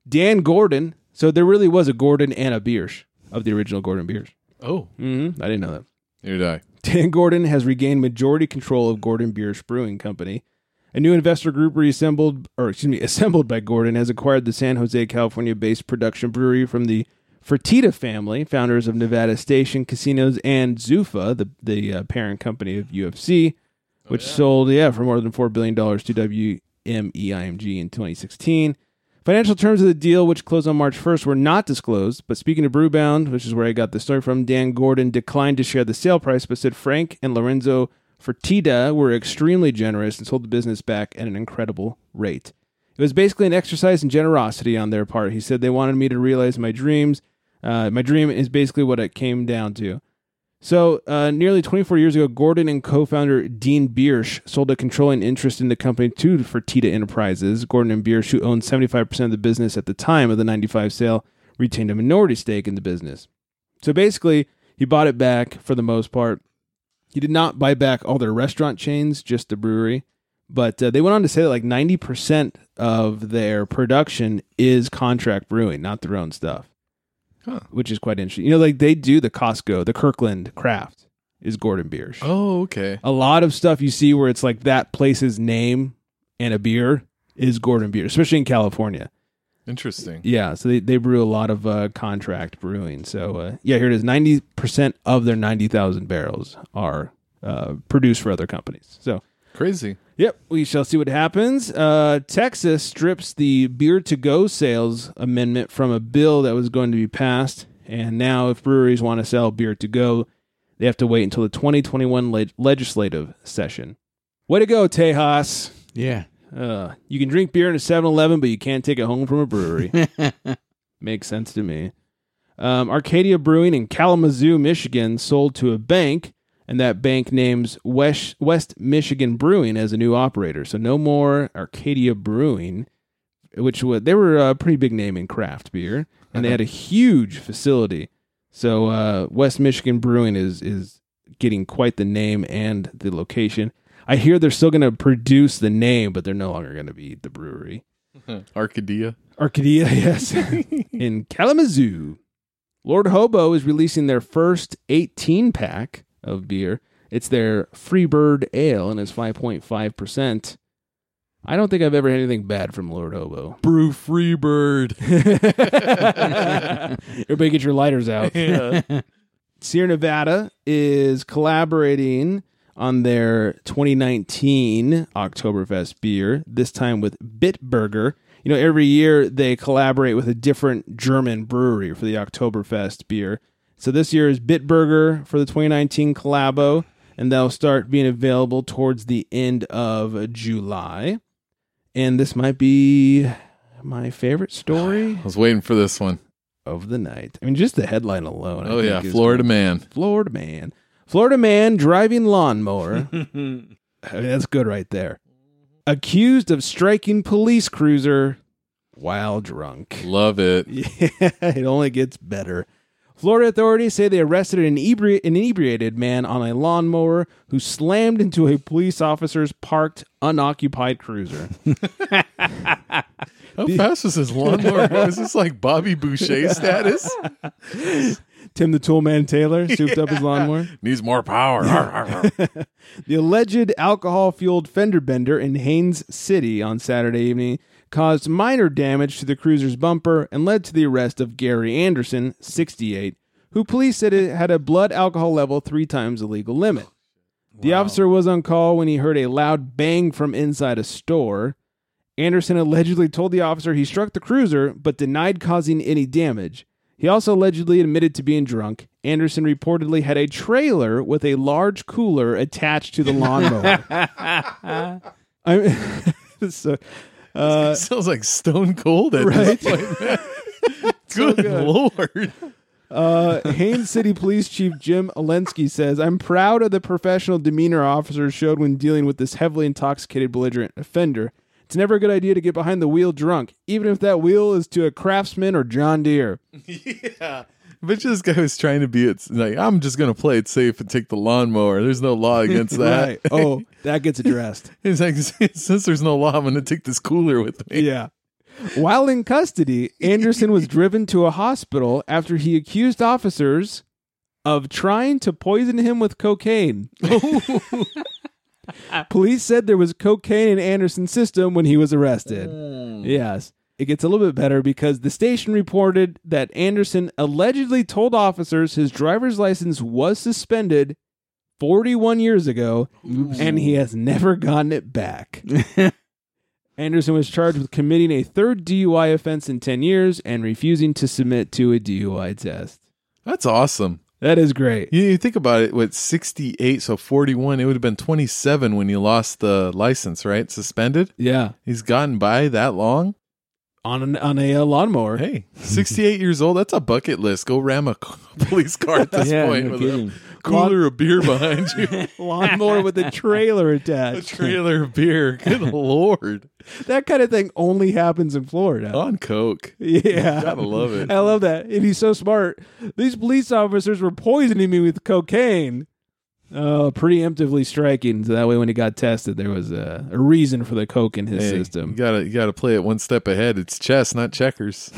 [SPEAKER 6] Dan Gordon, so there really was a Gordon and a Biersch of the original Gordon Biersch.
[SPEAKER 7] Oh,
[SPEAKER 6] Mm-hmm. I didn't know that.
[SPEAKER 7] you die.
[SPEAKER 6] Dan Gordon has regained majority control of Gordon Biersch Brewing Company. A new investor group reassembled, or excuse me, assembled by Gordon has acquired the San Jose, California based production brewery from the Fertitta family, founders of Nevada Station Casinos and Zufa, the, the uh, parent company of UFC. which sold yeah for more than four billion dollars to E WMEIMG in 2016. Financial terms of the deal, which closed on March 1st, were not disclosed. But speaking to Brewbound, which is where I got the story from, Dan Gordon declined to share the sale price, but said Frank and Lorenzo Fertitta were extremely generous and sold the business back at an incredible rate. It was basically an exercise in generosity on their part. He said they wanted me to realize my dreams. Uh, my dream is basically what it came down to. So, uh, nearly 24 years ago, Gordon and co founder Dean Biersch sold a controlling interest in the company to Fertitta Enterprises. Gordon and Biersch, who owned 75% of the business at the time of the 95 sale, retained a minority stake in the business. So basically, he bought it back for the most part. He did not buy back all their restaurant chains, just the brewery. But uh, they went on to say that like 90% of their production is contract brewing, not their own stuff, which is quite interesting. You know, like they do the Costco, the Kirkland craft is Gordon Biersch.
[SPEAKER 7] Oh, okay.
[SPEAKER 6] A lot of stuff you see where it's like that place's name and a beer is Gordon Beer, especially in California.
[SPEAKER 7] Interesting.
[SPEAKER 6] Yeah, so they, they brew a lot of uh, contract brewing. So uh, yeah, here it is. Ninety percent of their ninety thousand barrels are uh, produced for other companies. So
[SPEAKER 7] Crazy.
[SPEAKER 6] Yep, we shall see what happens. Uh, Texas strips the beer to go sales amendment from a bill that was going to be passed. And now, if breweries want to sell beer to go, they have to wait until the 2021 leg- legislative session. Way to go, Tejas.
[SPEAKER 8] Yeah.
[SPEAKER 6] Uh, you can drink beer in a 7 Eleven, but you can't take it home from a brewery. Makes sense to me. Um, Arcadia Brewing in Kalamazoo, Michigan, sold to a bank, and that bank names West, West Michigan Brewing as a new operator. So no more Arcadia Brewing, which was, they were a pretty big name in craft beer, and they had a huge facility. So uh, West Michigan Brewing is is getting quite the name and the location. I hear they're still going to produce the name, but they're no longer going to be the brewery.
[SPEAKER 7] Arcadia.
[SPEAKER 6] Arcadia, yes. in Kalamazoo. Lord Hobo is releasing their first 18 pack of beer. It's their Freebird Ale and it's 5.5%. I don't think I've ever had anything bad from Lord Hobo.
[SPEAKER 7] Brew Freebird.
[SPEAKER 6] Everybody get your lighters out. Sierra Nevada is collaborating on their 2019 Oktoberfest beer, this time with Bitburger. You know, every year they collaborate with a different German brewery for the Oktoberfest beer. So this year is Bitburger for the 2019 collabo, and that'll start being available towards the end of July. And this might be my favorite story
[SPEAKER 7] I was waiting for this one.
[SPEAKER 6] of the night. I mean, just the headline alone. I
[SPEAKER 7] Oh yeah,
[SPEAKER 6] think is-
[SPEAKER 7] Florida man.
[SPEAKER 6] Florida man. Florida man driving lawnmower. I mean, that's good right there. Accused of striking police cruiser while drunk.
[SPEAKER 7] Love it.
[SPEAKER 6] Yeah, it only gets better. Florida authorities say they arrested an, inebri- an inebriated man on a lawnmower who slammed into a police officer's parked, unoccupied cruiser.
[SPEAKER 7] How fast is his lawnmower? Is this like Bobby Boucher status?
[SPEAKER 6] Tim the Toolman Taylor souped up his lawnmower.
[SPEAKER 7] Needs more power.
[SPEAKER 6] The alleged alcohol fueled fender bender in Haines City on Saturday evening caused minor damage to the cruiser's bumper and led to the arrest of Gary Anderson, 68, who police said it had a blood alcohol level three times the legal limit. The officer was on call when he heard a loud bang from inside a store. Anderson allegedly told the officer he struck the cruiser but denied causing any damage. He also allegedly admitted to being drunk. Anderson reportedly had a trailer with a large cooler attached to the lawnmower. I so, uh,
[SPEAKER 7] Sounds like Stone Cold at this point. man. good, lord.
[SPEAKER 6] Uh, Haines City Police Chief Jim Olensky says, I'm proud of the professional demeanor officers showed when dealing with this heavily intoxicated belligerent offender. It's never a good idea to get behind the wheel drunk, even if that wheel is to a craftsman or John Deere.
[SPEAKER 7] But this guy was trying to be it's like I'm just gonna play it safe and take the lawnmower. There's no law against that.
[SPEAKER 6] Oh, that gets addressed.
[SPEAKER 7] He's like, since there's no law, I'm gonna take this cooler with me.
[SPEAKER 6] Yeah. While in custody, Anderson was driven to a hospital after he accused officers of trying to poison him with cocaine. Police said there was cocaine in Anderson's system when he was arrested. Yes. It gets a little bit better because the station reported that Anderson allegedly told officers his driver's license was suspended 41 years ago, and he has never gotten it back. Anderson was charged with committing a third DUI offense in 10 years and refusing to submit to a DUI test.
[SPEAKER 7] That's awesome.
[SPEAKER 6] That is great.
[SPEAKER 7] You, you think about it, with 68, so 41, it would have been 27 when he lost the license, right? Suspended.
[SPEAKER 6] Yeah.
[SPEAKER 7] He's gotten by that long.
[SPEAKER 6] On an, on a uh, lawnmower.
[SPEAKER 7] Hey, 68 years old, that's a bucket list. Go ram a c- police car at this
[SPEAKER 8] Yeah,
[SPEAKER 7] point
[SPEAKER 8] no
[SPEAKER 7] with
[SPEAKER 8] kidding.
[SPEAKER 7] a cooler of beer behind you,
[SPEAKER 6] Lawnmower with a trailer
[SPEAKER 7] a
[SPEAKER 6] attached.
[SPEAKER 7] trailer of beer. Good Lord.
[SPEAKER 6] that kind of thing only happens in Florida.
[SPEAKER 7] On Coke.
[SPEAKER 6] Yeah.
[SPEAKER 7] Gotta love it.
[SPEAKER 6] Oh. I love that. And he's so smart. These police officers were poisoning me with cocaine. Oh, preemptively striking. So that way, when he got tested, there was a, a reason for the coke in his
[SPEAKER 7] Hey, You
[SPEAKER 6] system.
[SPEAKER 7] gotta, you gotta play it one step ahead. It's chess, not checkers.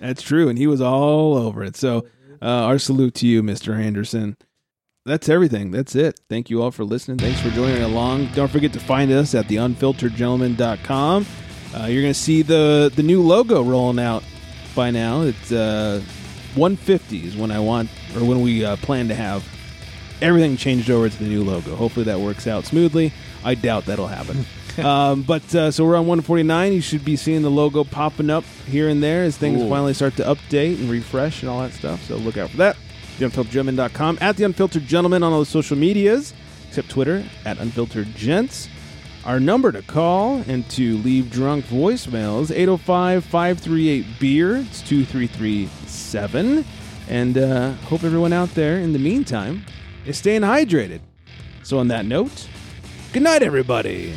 [SPEAKER 6] That's true. And he was all over it. So, uh, our salute to you, Mr. Anderson. That's everything. That's it. Thank you all for listening. Thanks for joining along. Don't forget to find us at theunfilteredgentleman.com. Uh, you're going to see the, the new logo rolling out by now. It's uh, 150 is when I want, or when we uh, plan to have everything changed over to the new logo. Hopefully that works out smoothly. I doubt that'll happen. um, but uh, so we're on 149. You should be seeing the logo popping up here and there as things finally start to update and refresh and all that stuff. So look out for that. TheUnfilteredGentleman.com at The Unfiltered Gentleman on all the social medias, except Twitter at Unfiltered Gents. Our number to call and to leave drunk voicemails 805 538 beer. E It's 2337. And uh, hope everyone out there in the meantime is staying hydrated. So, on that note, good night, everybody.